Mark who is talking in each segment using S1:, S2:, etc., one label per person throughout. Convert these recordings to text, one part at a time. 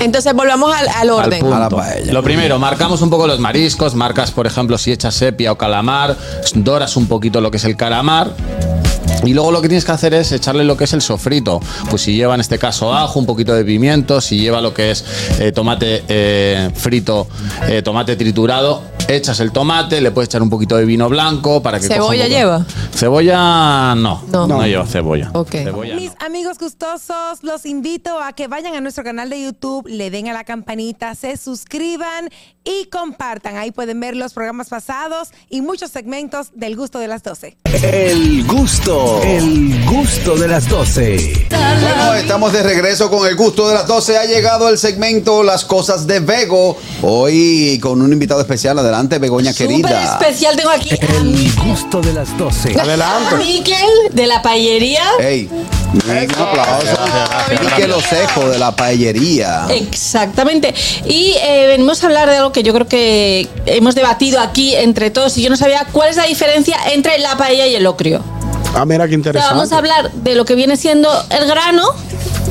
S1: Entonces volvamos al, al
S2: Al
S1: orden.
S2: punto.
S3: A la paella.
S2: Lo primero, marcamos un poco los mariscos, marcas, por ejemplo, si echas sepia o calamar, doras un poquito lo que es el calamar. Y luego lo que tienes que hacer es echarle lo que es el sofrito. Pues si lleva en este caso ajo, un poquito de pimiento, si lleva lo que es eh, tomate eh, frito, eh, tomate triturado, echas el tomate, le puedes echar un poquito de vino blanco para que... coja un
S1: ¿Cebolla
S2: poco-
S1: lleva?
S2: Cebolla no,
S1: No.
S2: no,
S1: No.
S2: lleva cebolla.
S1: Ok.
S2: Cebolla no.
S4: Mis amigos gustosos, los invito a que vayan a nuestro canal de YouTube, le den a la campanita, se suscriban y compartan. Ahí pueden ver los programas pasados y muchos segmentos del gusto de las 12.
S5: El gusto, el gusto de las 12.
S3: Bueno, estamos de regreso con el gusto de las 12. Ha llegado el segmento Las cosas de Bego. Hoy con un invitado especial. Adelante, Begoña
S1: Súper
S3: querida.
S1: especial tengo aquí a
S5: El gusto de las 12.
S1: Miquel de la paellería.
S3: Ey, un aplauso. Y que los de la paellería.
S1: Exactamente. Y eh, venimos a hablar de algo que yo creo que hemos debatido aquí entre todos y yo no sabía cuál es la diferencia entre la paella y el locrio.
S6: Ah, mira qué
S1: O sea,
S6: interesante.
S1: vamos a hablar de lo que viene siendo el grano,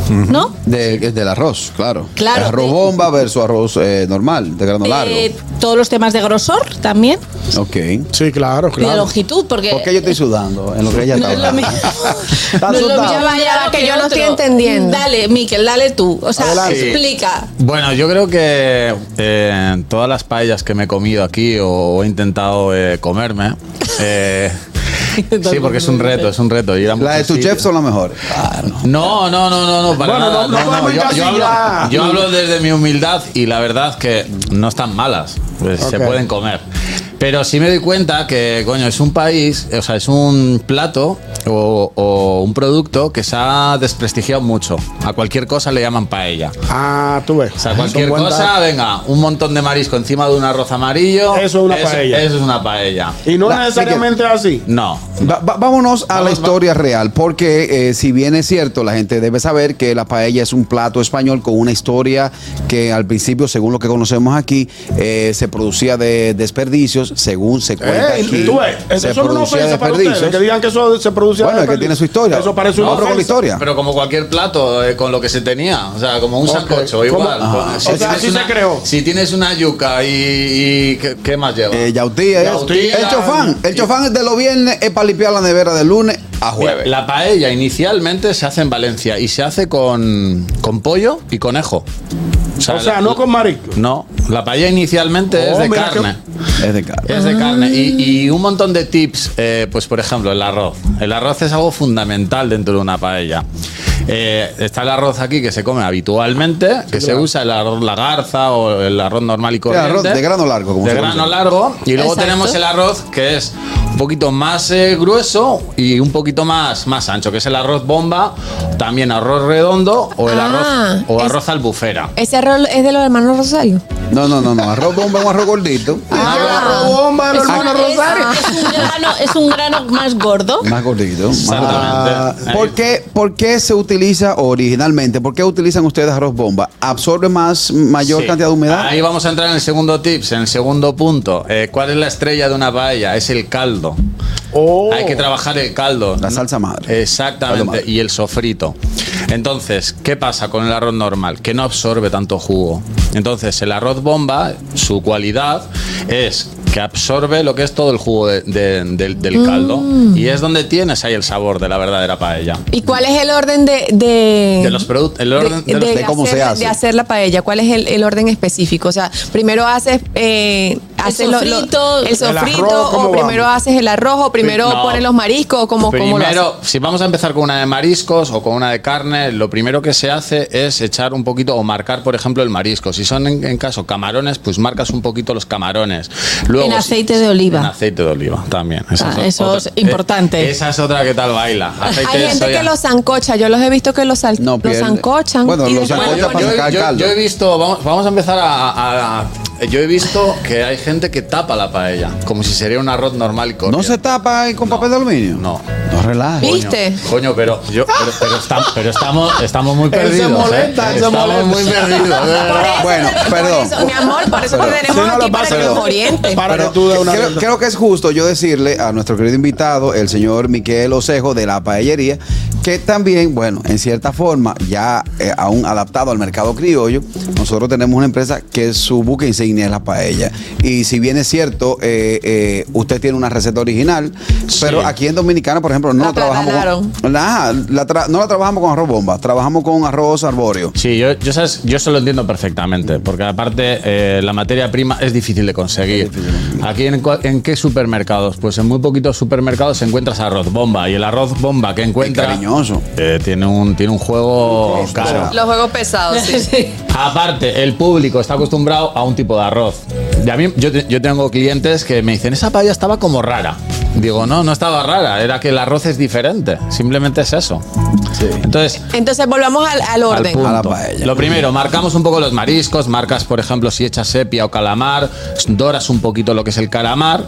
S1: ¿no?
S3: De- del arroz, claro.
S1: Claro, Eh,
S3: Arroz
S1: de-
S3: bomba versus arroz eh, normal, de grano largo.
S1: De todos los temas de grosor también,
S3: Ok.
S6: Sí, claro,
S1: y de
S6: claro.
S1: longitud, porque
S3: ¿Por qué yo estoy sudando en lo que ella
S1: Eh, no
S3: está
S1: es lo
S3: hablando?
S1: mismo.
S3: Está
S1: No es lo
S3: sudando.
S1: mismo
S4: Ya vaya,
S1: grano
S4: que yo no estoy
S1: otro.
S4: entendiendo.
S1: Dale, Miquel, dale tú. O sea,
S6: Adelante.
S1: explica.
S2: Bueno, yo creo que eh, todas las paellas que me he comido aquí o, he intentado eh, comerme. eh, sí, porque es un reto, es un reto. ir a
S3: Las de
S2: muchos
S3: tu chef
S2: sitios.
S3: son las mejores.
S2: No, no, no, no, no, para
S6: Bueno,
S2: nada.
S6: no- no podemos
S2: yo, yo hablo,
S6: encasillar.
S2: yo hablo desde mi humildad y la verdad que no están malas. pues, Se
S6: Ok.
S2: pueden comer. Pero sí me doy cuenta que, coño, es un país, o sea, es un plato o, o un producto que se ha desprestigiado mucho. A cualquier cosa le llaman paella.
S6: Ah, tú ves.
S2: O sea,
S6: Son
S2: cualquier
S6: buen
S2: cosa,
S6: dato.
S2: venga, un montón de marisco encima de un arroz amarillo.
S6: Eso es una paella.
S2: Eso es una paella.
S6: Y no
S3: La-
S6: es necesariamente así.
S2: No.
S3: Va- va- vámonos a la
S2: Vamos, va-
S3: historia real, porque eh, si bien es cierto, la gente debe saber que la paella es un plato español con una historia que al principio, según lo que conocemos aquí, eh, se producía de desperdicios, según se cuenta
S6: Eh,
S3: aquí.
S6: tú ves, eso
S3: se
S6: es una
S3: producía
S6: ofensa para ustedes, que digan que eso se producía
S3: Bueno, es que
S6: desperdicio.
S3: tiene su historia.
S6: Eso parece una
S3: Otro con la
S6: ofensa.
S3: historia.
S2: Pero como cualquier plato, eh, con lo que se tenía. O sea, como un
S6: Ok.
S2: sancocho,
S6: ¿Cómo?
S2: igual.
S6: Ajá.
S2: Con-
S6: O sea,
S2: tienes
S6: así se
S2: una-
S6: creó.
S2: Si tienes una yuca y. y ¿qué, qué más lleva?
S3: Eh, yautía, es-
S2: Yautía.
S3: el chofán. El chofán de los viernes es para limpiar la nevera de lunes a
S2: Mira,
S3: jueves.
S2: La paella inicialmente se hace en Valencia y se hace con, con pollo y conejo.
S6: O sea,
S2: la-
S6: no con marisco.
S2: No, la paella inicialmente
S6: Oh,
S2: es de
S6: mira que-
S2: carne.
S3: Es de cara.
S2: Es de carne. Y, y un montón de tips, eh, pues por ejemplo, el arroz. El arroz es algo fundamental dentro de una paella. Eh, está el arroz aquí que se come habitualmente, que se usa el arroz la garza o el arroz normal y corriente.
S3: arroz de grano largo, como
S2: De
S3: se
S2: grano
S3: conoce.
S2: largo. Y luego
S1: Exacto.
S2: tenemos el arroz que es un poquito más eh, grueso y un poquito más, más ancho, que es el arroz bomba, también arroz redondo o el
S1: Ah,
S2: arroz o
S1: es-
S2: arroz albufera.
S1: ¿Ese arroz es de los hermanos Rosario?
S3: No, no, no, no. Arroz bomba, es un arroz gordito.
S6: Ah, bomba,
S1: Ah, Es, es- es un grano, es un grano más gordo.
S3: Más gordito. más gordito.
S2: Exactamente. Ah,
S3: ¿Por qué, por qué se utiliza originalmente? ¿Por qué utilizan ustedes arroz bomba? ¿Absorbe más mayor
S2: Sí.
S3: cantidad de humedad?
S2: Ahí vamos a entrar en el segundo tips, en el segundo punto. Eh, ¿Cuál es la estrella de una paella? Es el caldo.
S6: Oh.
S2: Hay que trabajar el caldo.
S3: La salsa madre. Caldo
S2: Exactamente.
S3: madre.
S2: Y el sofrito. Entonces, ¿qué pasa con el arroz normal? Que no absorbe tanto jugo. Entonces, el arroz bomba, su cualidad es que absorbe lo que es todo el jugo de- de- del, del caldo. Y es donde tienes ahí el sabor de la verdadera paella.
S1: ¿Y cuál es el orden de, de,
S2: Mm. De los productos, el orden de, los
S3: de cómo se
S1: hacer,
S3: hace.
S1: de hacer la paella? ¿Cuál es el, el orden específico? O sea, primero haces, eh, haces lo- lo-
S7: sofrito.
S1: el sofrito,
S6: arroz,
S1: o
S6: ¿cómo
S1: primero
S6: vamos?
S1: haces el arroz, o primero
S2: No.
S1: pones los mariscos, o cómo, cómo lo haces.
S2: Primero, si vamos a empezar con una de mariscos o con una de carne, lo primero que se hace es echar un poquito o marcar, por ejemplo, el marisco. Si son en, en caso camarones, pues marcas un poquito los camarones. Luego,
S7: En
S2: si-
S7: aceite de oliva.
S2: En aceite de oliva también. Esa
S7: Ah,
S2: o-
S7: eso es importante.
S2: eh, esa es otra que tal baila. Aceite
S1: Hay
S2: de
S1: gente
S2: soya.
S1: que los zancocha, yo los he visto que los, sal-
S3: No
S1: los
S3: pierde.
S1: zancochan.
S3: Bueno,
S1: y
S3: los
S1: después
S2: Bueno,
S3: zancocha
S1: le
S2: yo,
S3: para
S1: ponen-
S3: sacar
S2: yo-
S3: caldo.
S2: yo he visto, vamos, vamos a empezar a, a- a- yo he visto que hay gente que tapa la paella, como si sería un arroz normal y corriente.
S3: ¿No se tapa ahí con papel de aluminio?
S2: No.
S3: No relajes.
S2: Coño,
S1: ¿Viste?
S2: Coño, pero, yo, pero, pero estam- pero estamos, estamos muy
S6: se
S2: perdidos.
S6: molesta,
S2: ¿eh?
S6: él se
S2: Estamos
S6: molesta.
S2: muy perdidos. de
S1: Por
S2: verdad.
S1: eso
S3: Bueno,
S1: te- por
S3: perdón.
S1: eso, mi amor, por eso te
S3: Perdón.
S1: tenemos
S6: Sí, no lo
S1: aquí para
S6: pasa,
S1: que nos
S6: perdón.
S1: oriente.
S6: Para
S3: Pero
S6: que tú de una
S3: creo,
S6: vez-
S3: creo que es justo yo decirle a nuestro querido invitado, el señor Miquel Osejo de la Paellería, que también, bueno, en cierta forma, ya eh, aún adaptado al mercado criollo, nosotros tenemos una empresa que su buque insignia es la paella. Y si bien es cierto, eh, eh, usted tiene una receta original, pero aquí en Dominicana, por ejemplo, no
S1: La
S3: trabajamos con, la, la tra- no la trabajamos con arroz bomba, trabajamos con arroz arbóreo.
S2: Sí, yo, yo, sabes, yo eso lo entiendo perfectamente, porque aparte eh, la materia prima es difícil de conseguir. Aquí en, cua- en qué supermercados, pues en muy poquitos supermercados encuentras arroz bomba y el arroz bomba que encuentras
S3: cariñoso.
S2: tiene un tiene un juego caro.
S7: Los juegos pesados, sí.
S2: Aparte, el público está acostumbrado a un tipo de arroz. Y a mí, yo, te- yo tengo clientes que me dicen, esa paella estaba como rara. Digo, no, no estaba rara, era que el arroz es diferente. Simplemente es eso. Entonces,
S7: Entonces volvamos al, al
S2: al
S7: orden.
S2: punto.
S3: A la paella.
S2: Lo primero, marcamos un poco los mariscos, marcas, por ejemplo, si echas sepia o calamar, doras un poquito lo que es el calamar.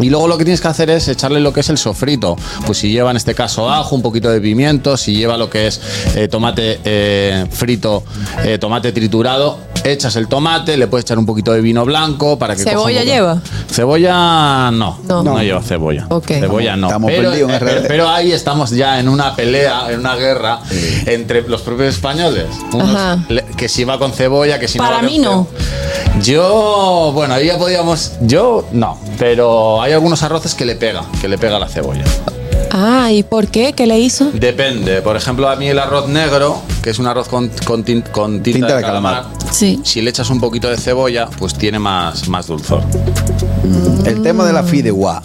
S2: Y luego lo que tienes que hacer es echarle lo que es el sofrito. Pues si lleva en este caso ajo, un poquito de pimiento, si lleva lo que es eh, tomate eh, frito, eh, tomate triturado, echas el tomate, le puedes echar un poquito de vino blanco para que... coja un
S7: ¿Cebolla
S2: poco-
S7: lleva?
S2: Cebolla no, no,
S7: No.
S2: lleva cebolla.
S7: Ok.
S2: Cebolla no.
S3: Estamos
S2: pero,
S3: perdidos en
S2: pero-
S3: redes.
S2: pero ahí estamos ya en una pelea, en una guerra entre los propios españoles. Unos
S7: Ajá.
S2: le- que si va con cebolla, que si
S1: Para
S2: no. va
S1: mí
S2: con
S1: no.
S2: cebolla. Yo, bueno, ahí ya podíamos. Yo no, pero hay algunos arroces que le pega, que le pega la cebolla.
S7: Ah, ¿y por qué? ¿Qué le hizo?
S2: Depende. Por ejemplo, a mí el arroz negro, que es un arroz con, con tin- con tinta, de, calamar.
S1: Sí.
S2: Si le echas un poquito de cebolla, pues tiene más, más dulzor.
S3: El tema de la fideuá,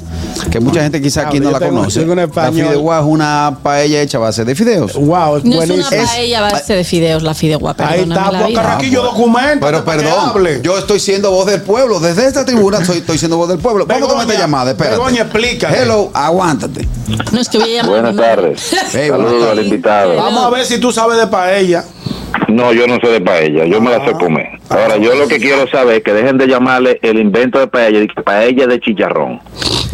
S3: que mucha gente quizá aquí
S6: Mm. Ah,
S3: no
S6: yo
S3: la
S6: tengo-
S3: conoce.
S6: tengo un
S3: La
S6: español.
S3: fideuá es una paella hecha a base de fideos.
S6: Wow, es
S1: No es una
S6: buenísimo.
S1: paella a base de fideos, la fideuá,
S6: Ahí
S1: perdóname
S6: está,
S1: la
S6: Juan
S1: vida.
S6: Carraquillo,
S3: Ah, pues.
S6: documento.
S3: Pero perdón, yo estoy siendo voz del pueblo. Desde esta tribuna soy, estoy siendo voz del pueblo. Vamos a tomar esta
S6: Begoña,
S3: llamada, espérate.
S6: Begoña, explícate.
S3: Hello, aguántate.
S1: No es que voy a llamar
S8: Buenas
S1: primero.
S8: tardes.
S3: Hey, buenas
S8: Saludos al
S3: tardes.
S8: invitado.
S6: Vamos a ver si tú sabes de paella.
S8: No, yo no sé de paella, yo me la
S3: Ah.
S8: sé comer. Ahora, yo lo que quiero saber es que dejen de llamarle el invento de paella, y que paella de chicharrón.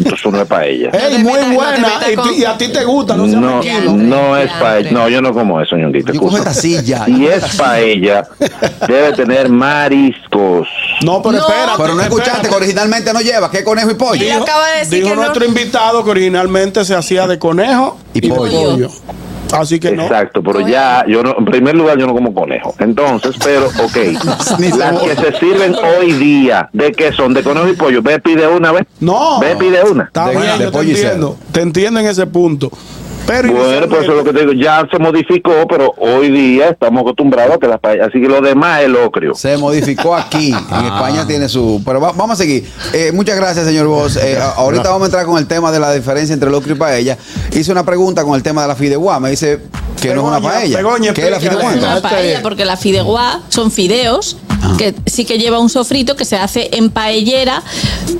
S8: Eso no es paella.
S6: Ey,
S7: te
S6: muy
S7: metas- no te
S6: buena.
S7: metas
S6: y, tú-
S7: con-
S6: y a ti te gusta, no seas
S8: No,
S6: mezquino.
S8: no es paella. No, yo no como eso, ñondito.
S3: eh. Yo cojo esta
S8: excusa.
S3: silla.
S8: Si es paella, debe tener mariscos.
S6: No,
S1: No.
S6: pero espérate.
S3: Pero no escuchaste
S6: espérate.
S3: que originalmente no lleva, que es conejo y pollo.
S7: Dios. acaba de decir
S6: dijo
S7: que no.
S6: nuestro invitado que originalmente se hacía de conejo
S3: Y
S6: y, de
S3: pollo.
S6: pollo. Así que no.
S8: Exacto, pero ya, yo no, en primer lugar, yo no como conejo. Entonces, pero,
S3: Ni
S8: ok, las
S3: sabor.
S8: que se sirven hoy día, ¿de qué son? ¿De conejo y pollo? Ve, pide una, vez.
S6: No.
S8: Ve, pide una.
S6: Está
S3: De-
S6: bien,
S3: de
S6: yo te
S3: pollo y
S6: entiendo. Te entiendo en ese punto. Pero
S8: Bueno, pues eso es lo que te digo, ya se modificó, pero hoy día estamos acostumbrados a que las paellas, así que lo demás es locrio.
S3: Se modificó aquí. En España tiene su. Pero va- vamos a seguir. Eh, muchas gracias, señor Vos. Eh, a- ahorita vamos a entrar con el tema de la diferencia entre locro y paella. Hice una pregunta con el tema de la fideuá. Me dice que no es una
S6: Begoña,
S3: paella.
S6: Begoña,
S3: ¿Qué es la
S6: explícale.
S3: fideuá?
S1: Es una
S6: Este-
S1: paella, porque la fideuá son fideos,
S2: Ah.
S1: que sí que lleva un sofrito que se hace en paellera,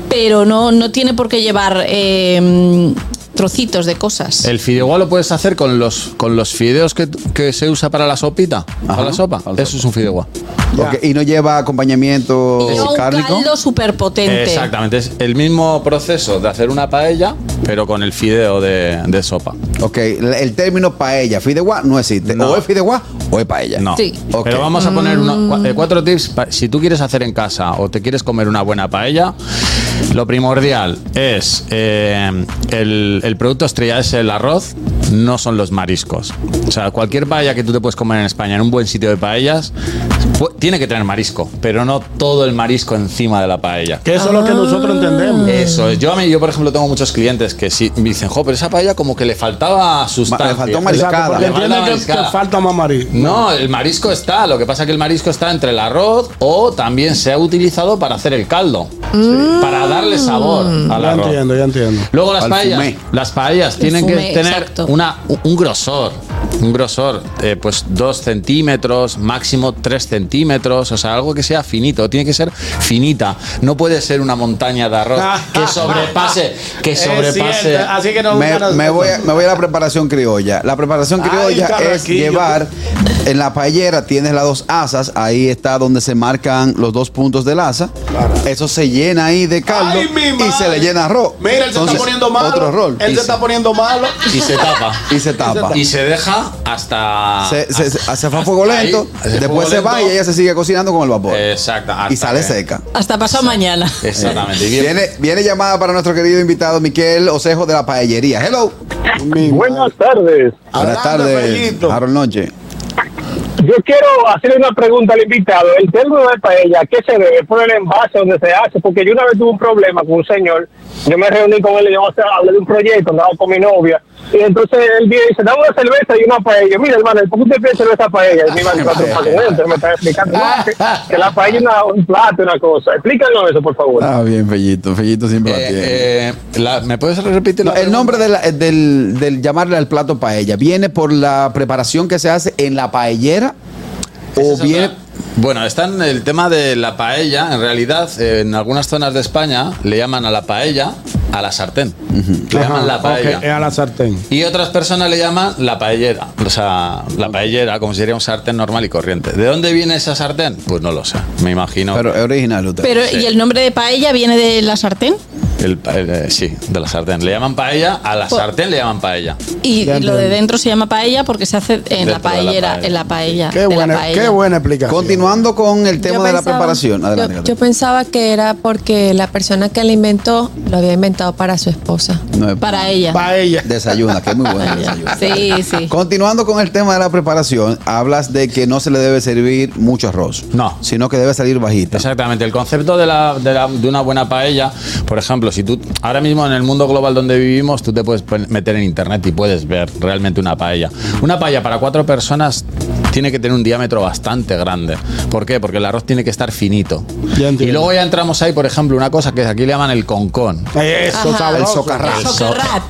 S1: pero no, no tiene por qué llevar eh, trocitos de cosas.
S2: El fideuá lo puedes hacer con los, con los fideos que, que se usa para la sopita, para la sopa. Eso es un fideuá.
S3: Ok, Y no lleva acompañamiento
S1: Y lleva un
S3: cárnico.
S1: caldo súper potente.
S2: Exactamente, es el mismo proceso de hacer una paella, pero con el fideo de, de sopa.
S3: Ok, la- el término paella, fideuá, no existe.
S2: No.
S3: O es fideuá o es paella.
S2: No.
S1: Sí.
S3: Ok.
S2: Pero vamos a poner uno- cua- eh, cuatro tips. pa- Si tú quieres hacer en casa o te quieres comer una buena paella, lo primordial es eh, el, el producto estrella es el arroz, no son los mariscos. O sea, cualquier paella que tú te puedes comer en España, en un buen sitio de paellas, pu- tiene que tener marisco, pero no todo el marisco encima de la paella.
S6: Que eso es lo que nosotros entendemos.
S3: Eh,
S2: Eso es. Yo, a mí, yo, por ejemplo, tengo muchos clientes que sí, me dicen, jo, pero esa paella como que le faltaba sustancia.
S3: le faltó
S6: Exacto,
S3: mariscada.
S6: porque
S2: Le
S6: entienden
S2: falta
S6: que,
S2: mariscada.
S6: que falta más marisco.
S2: No, el marisco está. Lo que pasa es que el marisco está entre el arroz o también se ha utilizado para hacer el caldo. Para darle sabor al
S6: Mm. Ya
S2: arroz.
S6: entiendo, ya entiendo.
S2: Luego las
S3: Al
S2: paellas.
S3: fumé.
S2: Las paellas tienen
S1: fumé,
S2: que tener
S1: exacto.
S2: una, un grosor. Un grosor, eh, pues 2 centímetros, máximo 3 centímetros, o sea, algo que sea finito, tiene que ser finita. No puede ser una montaña de arroz que sobrepase, que
S6: Es
S2: sobrepase.
S6: cierto, Así que no
S3: Me,
S6: ganas-
S3: me voy a, me voy a la preparación criolla. La preparación
S6: Ay,
S3: criolla es
S6: Carraquillo.
S3: llevar En la paellera tienes las dos asas, ahí está donde se marcan los dos puntos del asa. Eso se llena ahí de caldo
S6: Ay, mi
S3: y se
S6: madre.
S3: le llena arroz.
S6: Mira, él se
S3: Entonces,
S6: está poniendo malo.
S3: Otro rol.
S6: Él
S3: Y
S6: se está poniendo malo.
S2: Y se tapa.
S3: y se tapa.
S2: Y se deja hasta.
S3: se, se, se- se va a fuego
S2: Ahí,
S3: lento, Eh,
S2: hace
S3: después
S2: fuego
S3: se va y
S2: lento.
S3: ella se sigue cocinando con el vapor.
S2: Exacto. hasta
S3: y sale
S2: que-
S3: seca.
S1: Hasta pasado mañana.
S2: Exactamente. Y bien-
S3: Viene, viene llamada para nuestro querido invitado Miquel Osejo de la Paellería. Hello.
S6: Mi
S9: Buenas
S6: madre.
S9: tardes.
S3: Buenas
S6: Adelante,
S3: tardes,
S6: Fellito.
S3: Harold Noche.
S9: Yo quiero hacerle una pregunta al invitado. El término de paella, ¿qué se debe? ¿Por el envase donde se hace? Porque yo una vez tuve un problema con un señor. Yo me reuní con él y yo hablé de un proyecto, andaba con mi novia. Y entonces él viene y dice, dame una cerveza y una paella. Mira, hermano, ¿por qué usted pide cerveza paella? Y mi hermano, "Pero, ¿para qué?". Entonces me está explicando no, que, que la paella es una- un plato, una cosa. Explícanos eso, por favor.
S3: Ah, bien, Fellito. Fellito siempre la tiene.
S2: Eh, eh, la- ¿Me puedes repetir la
S3: No, el
S2: pregunta?
S3: nombre de la- eh, del, del llamarle al plato paella viene por la preparación que se hace en la paellera o
S2: Esa es
S3: bien
S2: otra. Bueno, está en el tema de la paella. En realidad, eh, en algunas zonas de España le llaman a la paella a la sartén. Le llaman la
S6: Ok,
S2: paella.
S6: es a la sartén.
S2: Y otras personas le llaman la paellera. O sea, la paellera, como si sería un sartén normal y corriente. ¿De dónde viene esa sartén? Pues no lo sé. Me imagino.
S3: pero es original usted.
S1: Pero, ¿y el nombre de paella viene de la sartén?
S2: el pa- el, eh, sí, de la sartén. Le llaman paella, a la
S1: Pues-
S2: sartén le llaman paella.
S1: Y, y lo de dentro se llama paella porque se hace en
S2: Dentro de la
S1: la paellera,
S2: paella.
S1: en la
S3: Ah,
S1: paella.
S6: Qué
S1: de la
S6: buena,
S1: paella.
S6: qué buena explicación.
S3: Continuando con el tema
S7: Yo
S3: de la
S7: pensaba-
S3: preparación. Adelante.
S7: yo, yo
S3: Catalina.
S7: pensaba que era porque la persona que la inventó lo había inventado para su esposa.
S3: No es-
S1: Eh, Para ella.
S6: Paella.
S3: Desayuna, que es muy bueno el
S1: Sí,
S3: desayuno.
S1: sí.
S3: Continuando con el tema de la preparación, hablas de que no se le debe servir mucho arroz.
S2: No.
S3: Sino que debe salir bajita.
S2: Exactamente, el concepto de, la- de la- de una buena paella, por ejemplo, si tú ahora mismo en el mundo global donde vivimos, tú te puedes pon- meter en internet y puedes ver realmente una paella. Una paella para cuatro personas tiene que tener un diámetro bastante grande. ¿Por qué? Porque el arroz tiene que estar finito.
S6: Ya entiendo.
S2: Y luego ya entramos ahí, por ejemplo, una cosa que aquí le llaman el concón.
S6: Eso,
S3: El
S6: sabroso.
S3: socarrat.
S2: El so-
S1: Socarrat.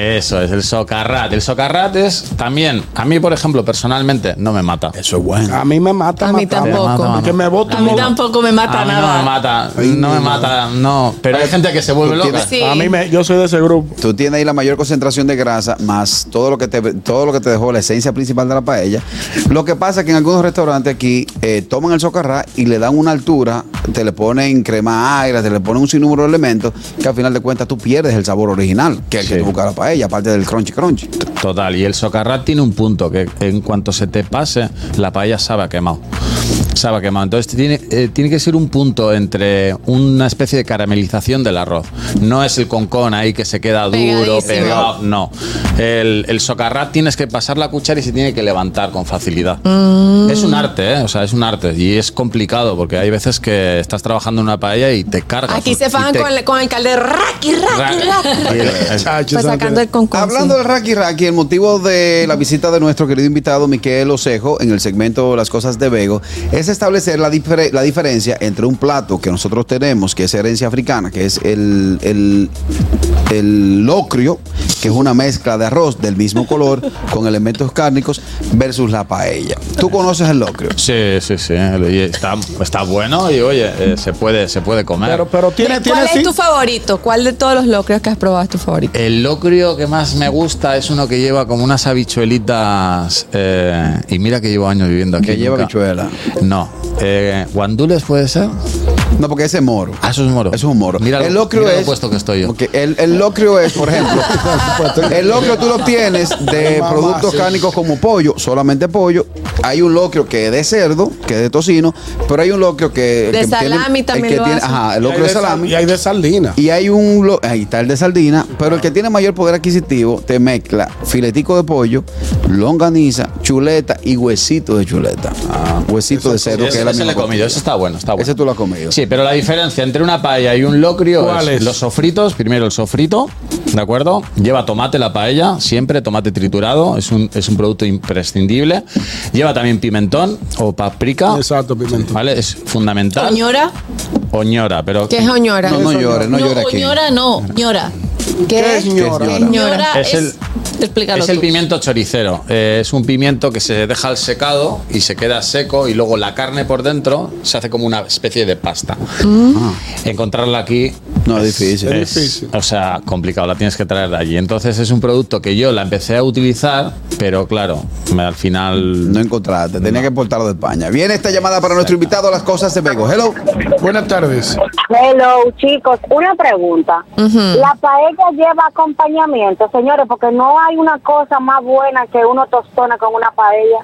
S2: Eso es, el socarrat. El socarrat es también, a mí, por ejemplo, personalmente, no me mata.
S3: Eso es bueno.
S6: A mí me mata.
S7: A mí
S6: matar.
S7: tampoco.
S2: Te mata, mata.
S6: Que me bote
S1: A
S6: un
S1: mí
S6: moco.
S1: tampoco me mata
S2: A mí
S1: nada.
S2: No me mata, no me mata, no. Pero hay gente que se vuelve
S3: Tú
S2: loca.
S3: tienes-
S1: Sí.
S6: A mí me, yo soy de ese grupo.
S3: Tú tienes ahí la mayor concentración de grasa, más todo lo que te todo lo que te dejó la esencia principal de la paella. Lo que pasa es que en algunos restaurantes aquí eh, toman el socarrá y le dan una altura, te le ponen crema aire, te le ponen un sinnúmero de elementos que al final de cuentas tú pierdes el sabor original, que es el que
S2: Sí.
S3: tú buscas la paella, aparte del crunchy crunchy.
S2: Total, y el socarrat tiene un punto que en cuanto se te pase, la paella sabe a quemado. Sabe a quemado. Entonces tiene, eh, tiene que ser un punto entre una especie de caramelización del arroz. No es el concón ahí que se queda duro,
S7: Pegadísimo.
S2: pegado. No. El, el socarrat tienes que pasar la cuchara y se tiene que levantar con facilidad.
S7: Mm.
S2: Es un arte, ¿eh? O sea, es un arte. Y es complicado porque hay veces que estás trabajando en una paella y te cargas.
S7: Aquí se
S2: Y
S7: fajan
S2: te-
S7: con, el- con el caldero. Raqui, raqui, raqui.
S2: Y el-
S6: Chacho, ¿sabes
S7: Pues sacando
S6: qué?
S7: el concurso.
S3: Hablando del Raki Raki, el motivo de la visita de nuestro querido invitado Miquel Osejo en el segmento Las Cosas de Vego es establecer la, difer- la diferencia entre un plato que nosotros tenemos, que es herencia africana, que es el, el, el locrio, que es una mezcla de arroz del mismo color con elementos cárnicos, versus la paella. ¿Tú conoces el locrio?
S2: Sí, sí, sí. Y está, está bueno y oye, eh, se puede, se puede comer.
S6: Pero, pero tiene, tiene
S7: ¿Cuál es
S6: sí-
S7: tu favorito? ¿Cuál de todos los locros que has probado es tu favorito?
S2: el locrio que más me gusta es uno que lleva como unas habichuelitas. eh, y mira que llevo años viviendo aquí.
S3: Que lleva
S2: nunca-
S3: habichuela.
S2: No. Eh, ¿Guandules puede ser?
S3: No, porque ese es moro.
S2: Ah, eso es moro.
S3: Eso es un moro.
S2: Mira,
S3: el
S2: lo-
S3: locrio
S2: mira lo
S3: es.
S2: puesto que estoy yo.
S3: Ok, el, el locrio es, por ejemplo. el locrio tú lo obtienes de
S6: Mamá,
S3: productos
S6: sí.
S3: cárnicos como pollo, solamente pollo. Hay un locrio que es de cerdo, que es de tocino, pero hay un locrio que. el
S7: De
S3: que tiene-
S7: salami
S3: el
S7: también
S3: que
S7: lo
S3: tiene-
S7: hacen.
S3: Ajá, el
S6: Y hay
S3: locrio de salami.
S6: Y hay de sardina.
S3: Y hay un. lo- Ahí está el de sardina, pero el que tiene mayor poder adquisitivo te mezcla filetico de pollo, longaniza, chuleta y huesito de chuleta. Ah, huesito de cerdo, que
S2: Ese-
S3: es la
S2: ese le
S3: misma
S2: he comido,
S3: costilla.
S2: ese está bueno, está bueno.
S3: Ese tú lo has comido.
S2: Sí, pero la diferencia entre una paella y un locrio
S6: ¿Cuál es?
S2: los sofritos. Primero el sofrito, ¿de acuerdo? Lleva tomate la paella, siempre tomate triturado, es un, es un producto imprescindible. Lleva también pimentón o paprika.
S6: Exacto, pimentón.
S2: ¿Vale? Es fundamental.
S1: Oñora.
S2: Oñora, pero.
S7: ¿Qué es oñora?
S3: No, no llores, no,
S1: No,
S3: llores aquí.
S1: oñora no, ñora.
S6: ¿Qué es ñora?
S3: ¿Qué es ñora?
S1: Ñora
S2: Es
S1: es.
S2: el-
S1: explícalo
S2: Es el
S1: tú.
S2: pimiento choricero. Eh, es un pimiento que se deja al secado y se queda seco y luego la carne por dentro se hace como una especie de pasta. Encontrarla aquí
S3: No, es difícil.
S6: Es difícil.
S2: O sea, complicado, la tienes que traer de allí. Entonces es un producto que yo la empecé a utilizar, pero claro, me- al final...
S3: No encontraste, tenía que importarlo de España. Viene esta llamada para nuestro invitado, las cosas de Bego. Hello.
S6: Buenas tardes.
S10: Hello, chicos. Una pregunta. La paella lleva acompañamiento, señores, porque no hay una cosa más buena que uno tostona con una paella.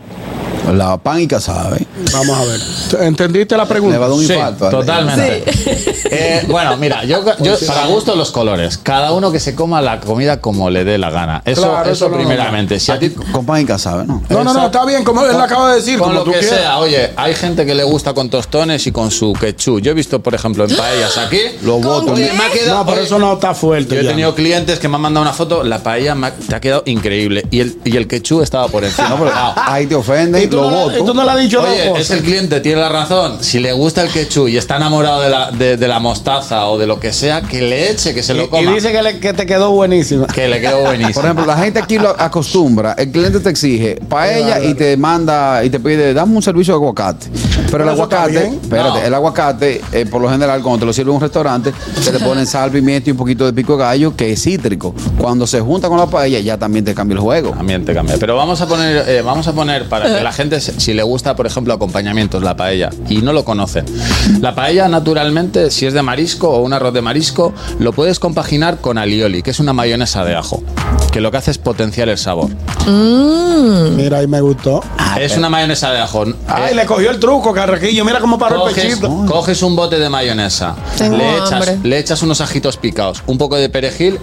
S3: La pánica sabe.
S6: Vamos a ver. ¿Entendiste la
S3: Le va a
S6: pregunta?
S3: dar un
S2: Sí,
S3: infarto.
S2: totalmente. Eh, bueno, mira, yo, yo para gusto los colores. Cada uno que se coma la comida como le dé la gana. Eso,
S6: Claro,
S2: eso
S6: eso no, no,
S2: primeramente. Si a ti-
S3: Con pánica sabe, ¿no?
S6: No, no, no, está bien, como él acaba de decir,
S2: con
S6: como
S2: lo
S6: tú
S2: que
S6: quieras.
S2: sea, oye, hay gente que le gusta con tostones y con su quechú. Yo he visto, por ejemplo, en paellas aquí.
S3: Lo voto.
S2: Oye, me ha quedado.
S6: No, pero
S2: oye,
S6: eso no está fuerte.
S2: Yo he
S6: ya.
S2: tenido clientes que me han mandado una foto, la paella me ha- te ha quedado increíble y el, y el quechú estaba por encima.
S3: No, pero
S2: Ah,
S3: ahí te ofenden,
S6: Y tú
S3: lo
S6: no le- y
S3: voto.
S6: tú no le has dicho
S2: Oye,
S6: otra cosa.
S2: es el cliente, tiene la razón. Si le gusta el quechú y está enamorado de la, de, de la mostaza o de lo que sea, que le eche, que se lo
S6: Y- y
S2: coma.
S6: dice que, le- que te quedó buenísima.
S2: que le quedó buenísimo.
S3: Por ejemplo, la gente aquí lo acostumbra. El cliente te exige paella y te manda y te pide, dame un servicio de aguacate. Pero el
S6: Pero eso está
S3: aguacate,
S6: bien.
S3: espérate,
S2: No.
S3: el aguacate, eh, por lo general, cuando te lo sirve en un restaurante, te le ponen sal, pimiento y un poquito de pico de gallo, que es cítrico. Cuando se junta con la paella, ya también te cambia el juego.
S2: Ambiente cambia. Pero vamos a poner, eh, vamos a poner para que la gente, se- si le gusta, por ejemplo, acompañamientos, la paella, y no lo conocen. La paella, naturalmente, si es de marisco o un arroz de marisco, lo puedes compaginar con alioli, que es una mayonesa de ajo, que lo que hace es potenciar el sabor.
S6: Mira, ahí me gustó.
S2: es una mayonesa de ajo.
S6: Ay,
S2: Eh,
S6: le cogió el truco, Carraquillo. Mira cómo paró el
S2: Coges,
S6: pechito.
S2: coges un bote de mayonesa,
S7: Tengo
S2: le echas,
S7: hambre.
S2: le echas unos ajitos picados, un poco de perejil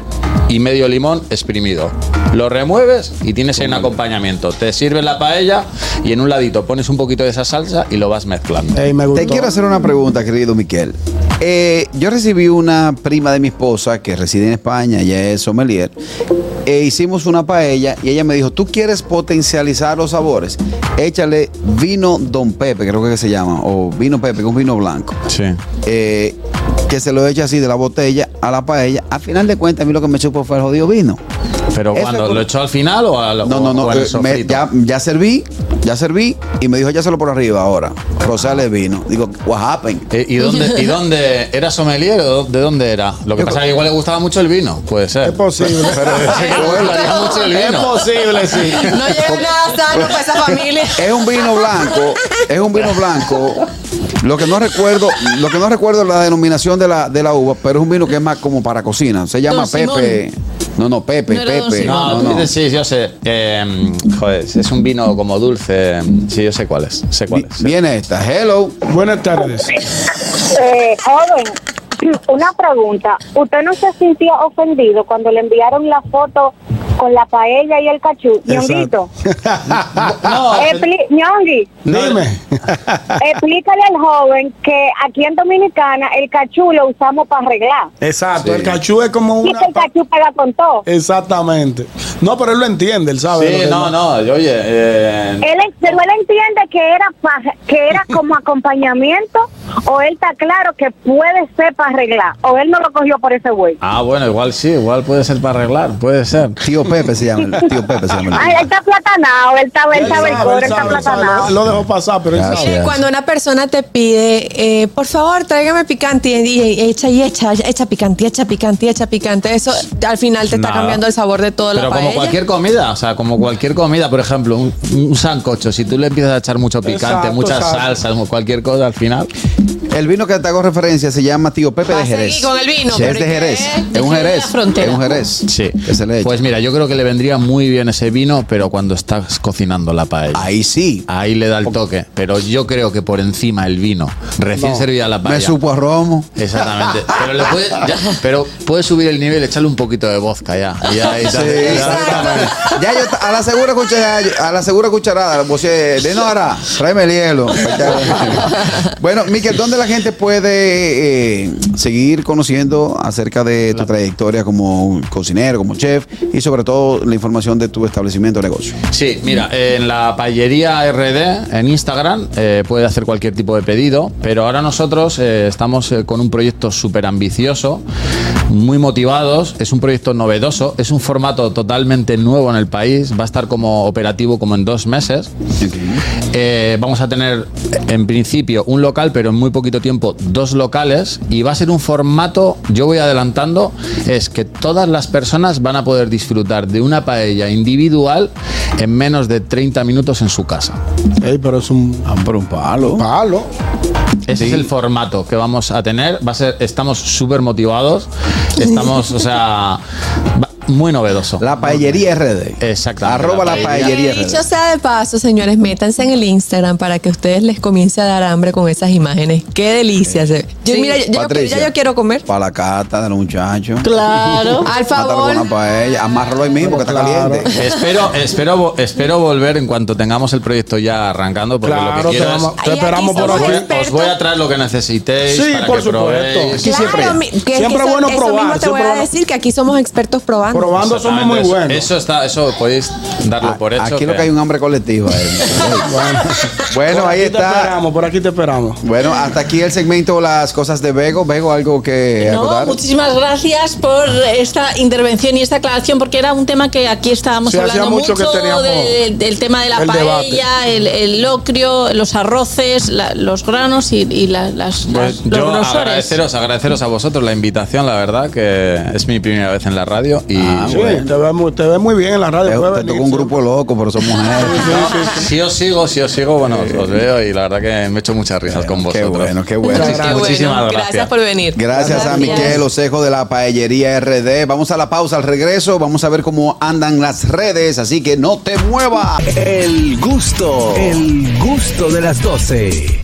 S2: y medio limón exprimido. Lo remueves y tienes ahí un acompañamiento. Te sirve la paella y en un ladito pones un poquito de esa salsa y lo vas mezclando.
S6: Ey, me gustó.
S3: Te quiero hacer una pregunta, querido Miquel. Eh, yo recibí una prima de mi esposa que reside en España, ella es sommelier, e hicimos una paella y ella me dijo, tú quieres potencializar los sabores, échale vino Don Pepe, creo que se llama, o vino Pepe, que es un vino blanco,
S2: Sí.
S3: eh, que se lo echa así de la botella a la paella. Al final de cuentas, a mí lo que me chupó fue el jodido vino.
S2: Pero
S3: Eso es
S2: cuando
S3: como-
S2: lo echó al final o al
S3: No, no, no.
S2: o al
S3: eh, me-
S2: sofrito?
S3: ya, ya serví, ya serví y me dijo, échaselo por arriba ahora. Rosales vino. Digo, what happened?
S2: Eh, ¿Y dónde, ¿Y dónde era sommelier o de dónde era? Lo que pasa es que igual le gustaba mucho el vino, puede
S6: Es
S2: ser.
S6: posible.
S2: Le gustaba mucho el
S6: es
S2: vino.
S6: posible, sí.
S7: No llega nada sano para esa familia.
S3: Es un vino blanco, es un vino blanco. Lo que no recuerdo, lo que no recuerdo es la denominación de la, de la uva, pero es un vino que es más como para cocina. Se llama
S1: Don
S3: Pepe. No, no, Pepe,
S1: No era Don
S3: Pepe.
S1: Simón.
S2: No,
S3: No,
S2: tú
S3: no.
S2: dices, sí, yo sé. Eh, joder, es un vino como dulce. Sí, yo sé cuál es. Sé cuál
S3: Vi-
S2: es.
S3: Viene esta. Hello.
S6: Buenas tardes.
S10: Eh, joven, una pregunta. ¿Usted no se sintió ofendido cuando le enviaron la foto con la paella y el cachú? Ñonguito. Expli- Ñongui,
S6: Dime.
S10: explícale al joven que aquí en Dominicana el cachú lo usamos para arreglar.
S6: Exacto.
S3: Sí.
S6: El cachú es como
S10: Y es
S6: una.
S10: que el cachú paga con todo.
S6: Exactamente. No, pero él lo entiende, él sabe. de lo
S2: Sí,
S6: que
S2: no,
S6: es.
S2: no, yo, oye, eh,
S10: Él, pero él entiende que era pa- que era como acompañamiento o él está claro que puede ser para arreglar o él no lo cogió por ese güey.
S2: Ah, bueno, igual sí, igual puede ser para arreglar, puede ser.
S3: Tío Pepe se llama. el- Tío Pepe se llama.
S10: Ay, él
S3: el vino.
S10: está platanado, él
S7: Pues
S10: está, él
S6: Él
S10: sabe el
S6: sabe,
S10: coro,
S6: él
S10: él está
S6: sabe, él sabe.
S10: platanado.
S6: Lo, lo dejó pasar, pero él
S3: Gracias.
S6: sabe.
S7: Mire, Cuando una persona te pide, eh, por favor, tráigame picante, y, y- y echa y echa, echa picante, y echa picante, y echa picante, eso al final te está
S2: Nada.
S7: cambiando el sabor de toda la
S2: Pero como
S7: paella.
S2: cualquier comida, o sea, como cualquier comida, por ejemplo, un, un sancocho, si tú le empiezas a echar mucho picante,
S6: Exacto,
S2: muchas
S6: exacto.
S2: salsas, mu- cualquier cosa, al final.
S3: El vino que te hago referencia se llama Tío Pepe
S7: Va a
S3: de Jerez.
S7: seguir con el vino,
S3: Sí,
S7: pero
S3: es de
S7: ¿y qué?
S3: Jerez. Es
S1: Dejé
S3: un
S1: de la
S3: Jerez. Es
S1: frontera.
S3: un Jerez.
S2: Sí.
S3: Que se le echa.
S2: Pues mira, yo creo que le vendría muy bien ese vino, pero cuando estás cocinando la paella.
S3: Ahí sí.
S2: Ahí le da el toque, pero yo creo que por encima el vino, recién servida la paella.
S3: Me supo a Romo.
S2: Exactamente. Pero, le puede, ya, pero puede subir el nivel, echarle un poquito de vodka ya. ya, ya,
S3: Sí,
S2: ya-
S3: Ya yo a la segura cucharada, a la segura cucharada, pues, eh, de Nora, tráeme el hielo. Bueno, Miquel, ¿dónde la gente puede eh, seguir conociendo acerca de tu trayectoria como cocinero, como chef y sobre todo la información de tu establecimiento o negocio?
S2: Sí, mira, en la paellería RD, en Instagram, eh, puede hacer cualquier tipo de pedido, pero ahora nosotros eh, estamos eh, con un proyecto súper ambicioso muy motivados. Es un proyecto novedoso, es un formato totalmente nuevo en el país. Va a estar como operativo como en dos meses. Eh, vamos a tener en principio un local, pero en muy poquito tiempo dos locales. Y va a ser un formato, yo voy adelantando, es que todas las personas van a poder disfrutar de una paella individual en menos de 30 minutos en su casa.
S6: pero es un,
S3: Ah, palo.
S6: Palo.
S2: Ese es el formato que vamos a tener. Va a ser, estamos súper motivados. Estamos, o sea, va- muy novedoso.
S3: La paellería RD.
S2: Exactamente.
S3: Arroba Ah, la paellería
S7: Y Dicho sea de paso, señores, métanse en el Instagram para que a ustedes les comience a dar hambre con esas imágenes. Qué delicia. se ve. Yo, mira, yo- yo-
S3: Patricia.
S7: ya yo quiero comer.
S3: Para la cata de los muchachos.
S1: Claro.
S7: Al
S3: Mátalo con
S7: favor.
S3: una paella. Amárralo ahí mismo que está caliente.
S2: Espero, espero, vo- espero volver en cuanto tengamos el proyecto ya arrancando, porque lo que
S6: Claro, te,
S2: quiero es-
S6: vamos- te
S7: Ay, aquí
S6: esperamos por
S7: somos
S6: aquí.
S7: expertos.
S2: os voy a traer lo que necesitéis
S6: Sí,
S2: para
S6: por
S2: que probéis.
S6: supuesto.
S3: Aquí siempre.
S7: mi- que- que
S6: Siempre
S7: eso-
S6: bueno
S7: eso
S6: probar,
S7: mismo te
S6: siempre
S7: voy a
S6: bueno.
S7: decir que aquí somos expertos probando.
S6: Probando somos muy
S2: Exactamente, eso-
S6: buenos.
S2: Eso está, eso podéis darlo Ah, por hecho.
S3: Aquí lo que hay un hambre colectivo. ahí. bueno,
S6: Por
S3: ahí
S6: aquí te
S3: está.
S6: esperamos, por aquí te esperamos.
S3: Bueno, hasta aquí el segmento Las cosas de Vego. Vego, algo que
S6: eh,
S1: No,
S3: acotar?
S1: muchísimas gracias por esta intervención y esta aclaración, porque era un tema que aquí estábamos
S6: Sí, hacía
S1: hablando
S6: mucho
S1: mucho,
S6: que teníamos
S1: del, del tema de la
S6: el
S1: paella, el, el locrio, los arroces, la- los granos y, y la- las,
S2: Pues
S1: las- los
S2: yo
S1: grosores.
S2: agradeceros, agradeceros a vosotros la invitación, la verdad, que es mi primera vez en la radio y
S3: Ah,
S6: Sí, te, ves muy, te ves muy bien en la radio.
S3: Te,
S6: puedes
S3: te
S6: venir,
S3: tocó un
S6: sí.
S3: grupo loco, pero son mujeres.
S2: Si os sigo, si os sigo, bueno, os, os veo y la verdad que me echo muchas risas con
S3: Qué
S2: vosotros.
S3: bueno, qué bueno.
S7: Qué bueno.
S2: Muchísimas gracias.
S7: por venir.
S3: Gracias a
S1: Gracias.
S3: Miquel Osejo de la Paellería RD. Vamos a la pausa, al regreso. Vamos a ver cómo andan las redes, así que no te muevas.
S5: El gusto, el gusto de las 12.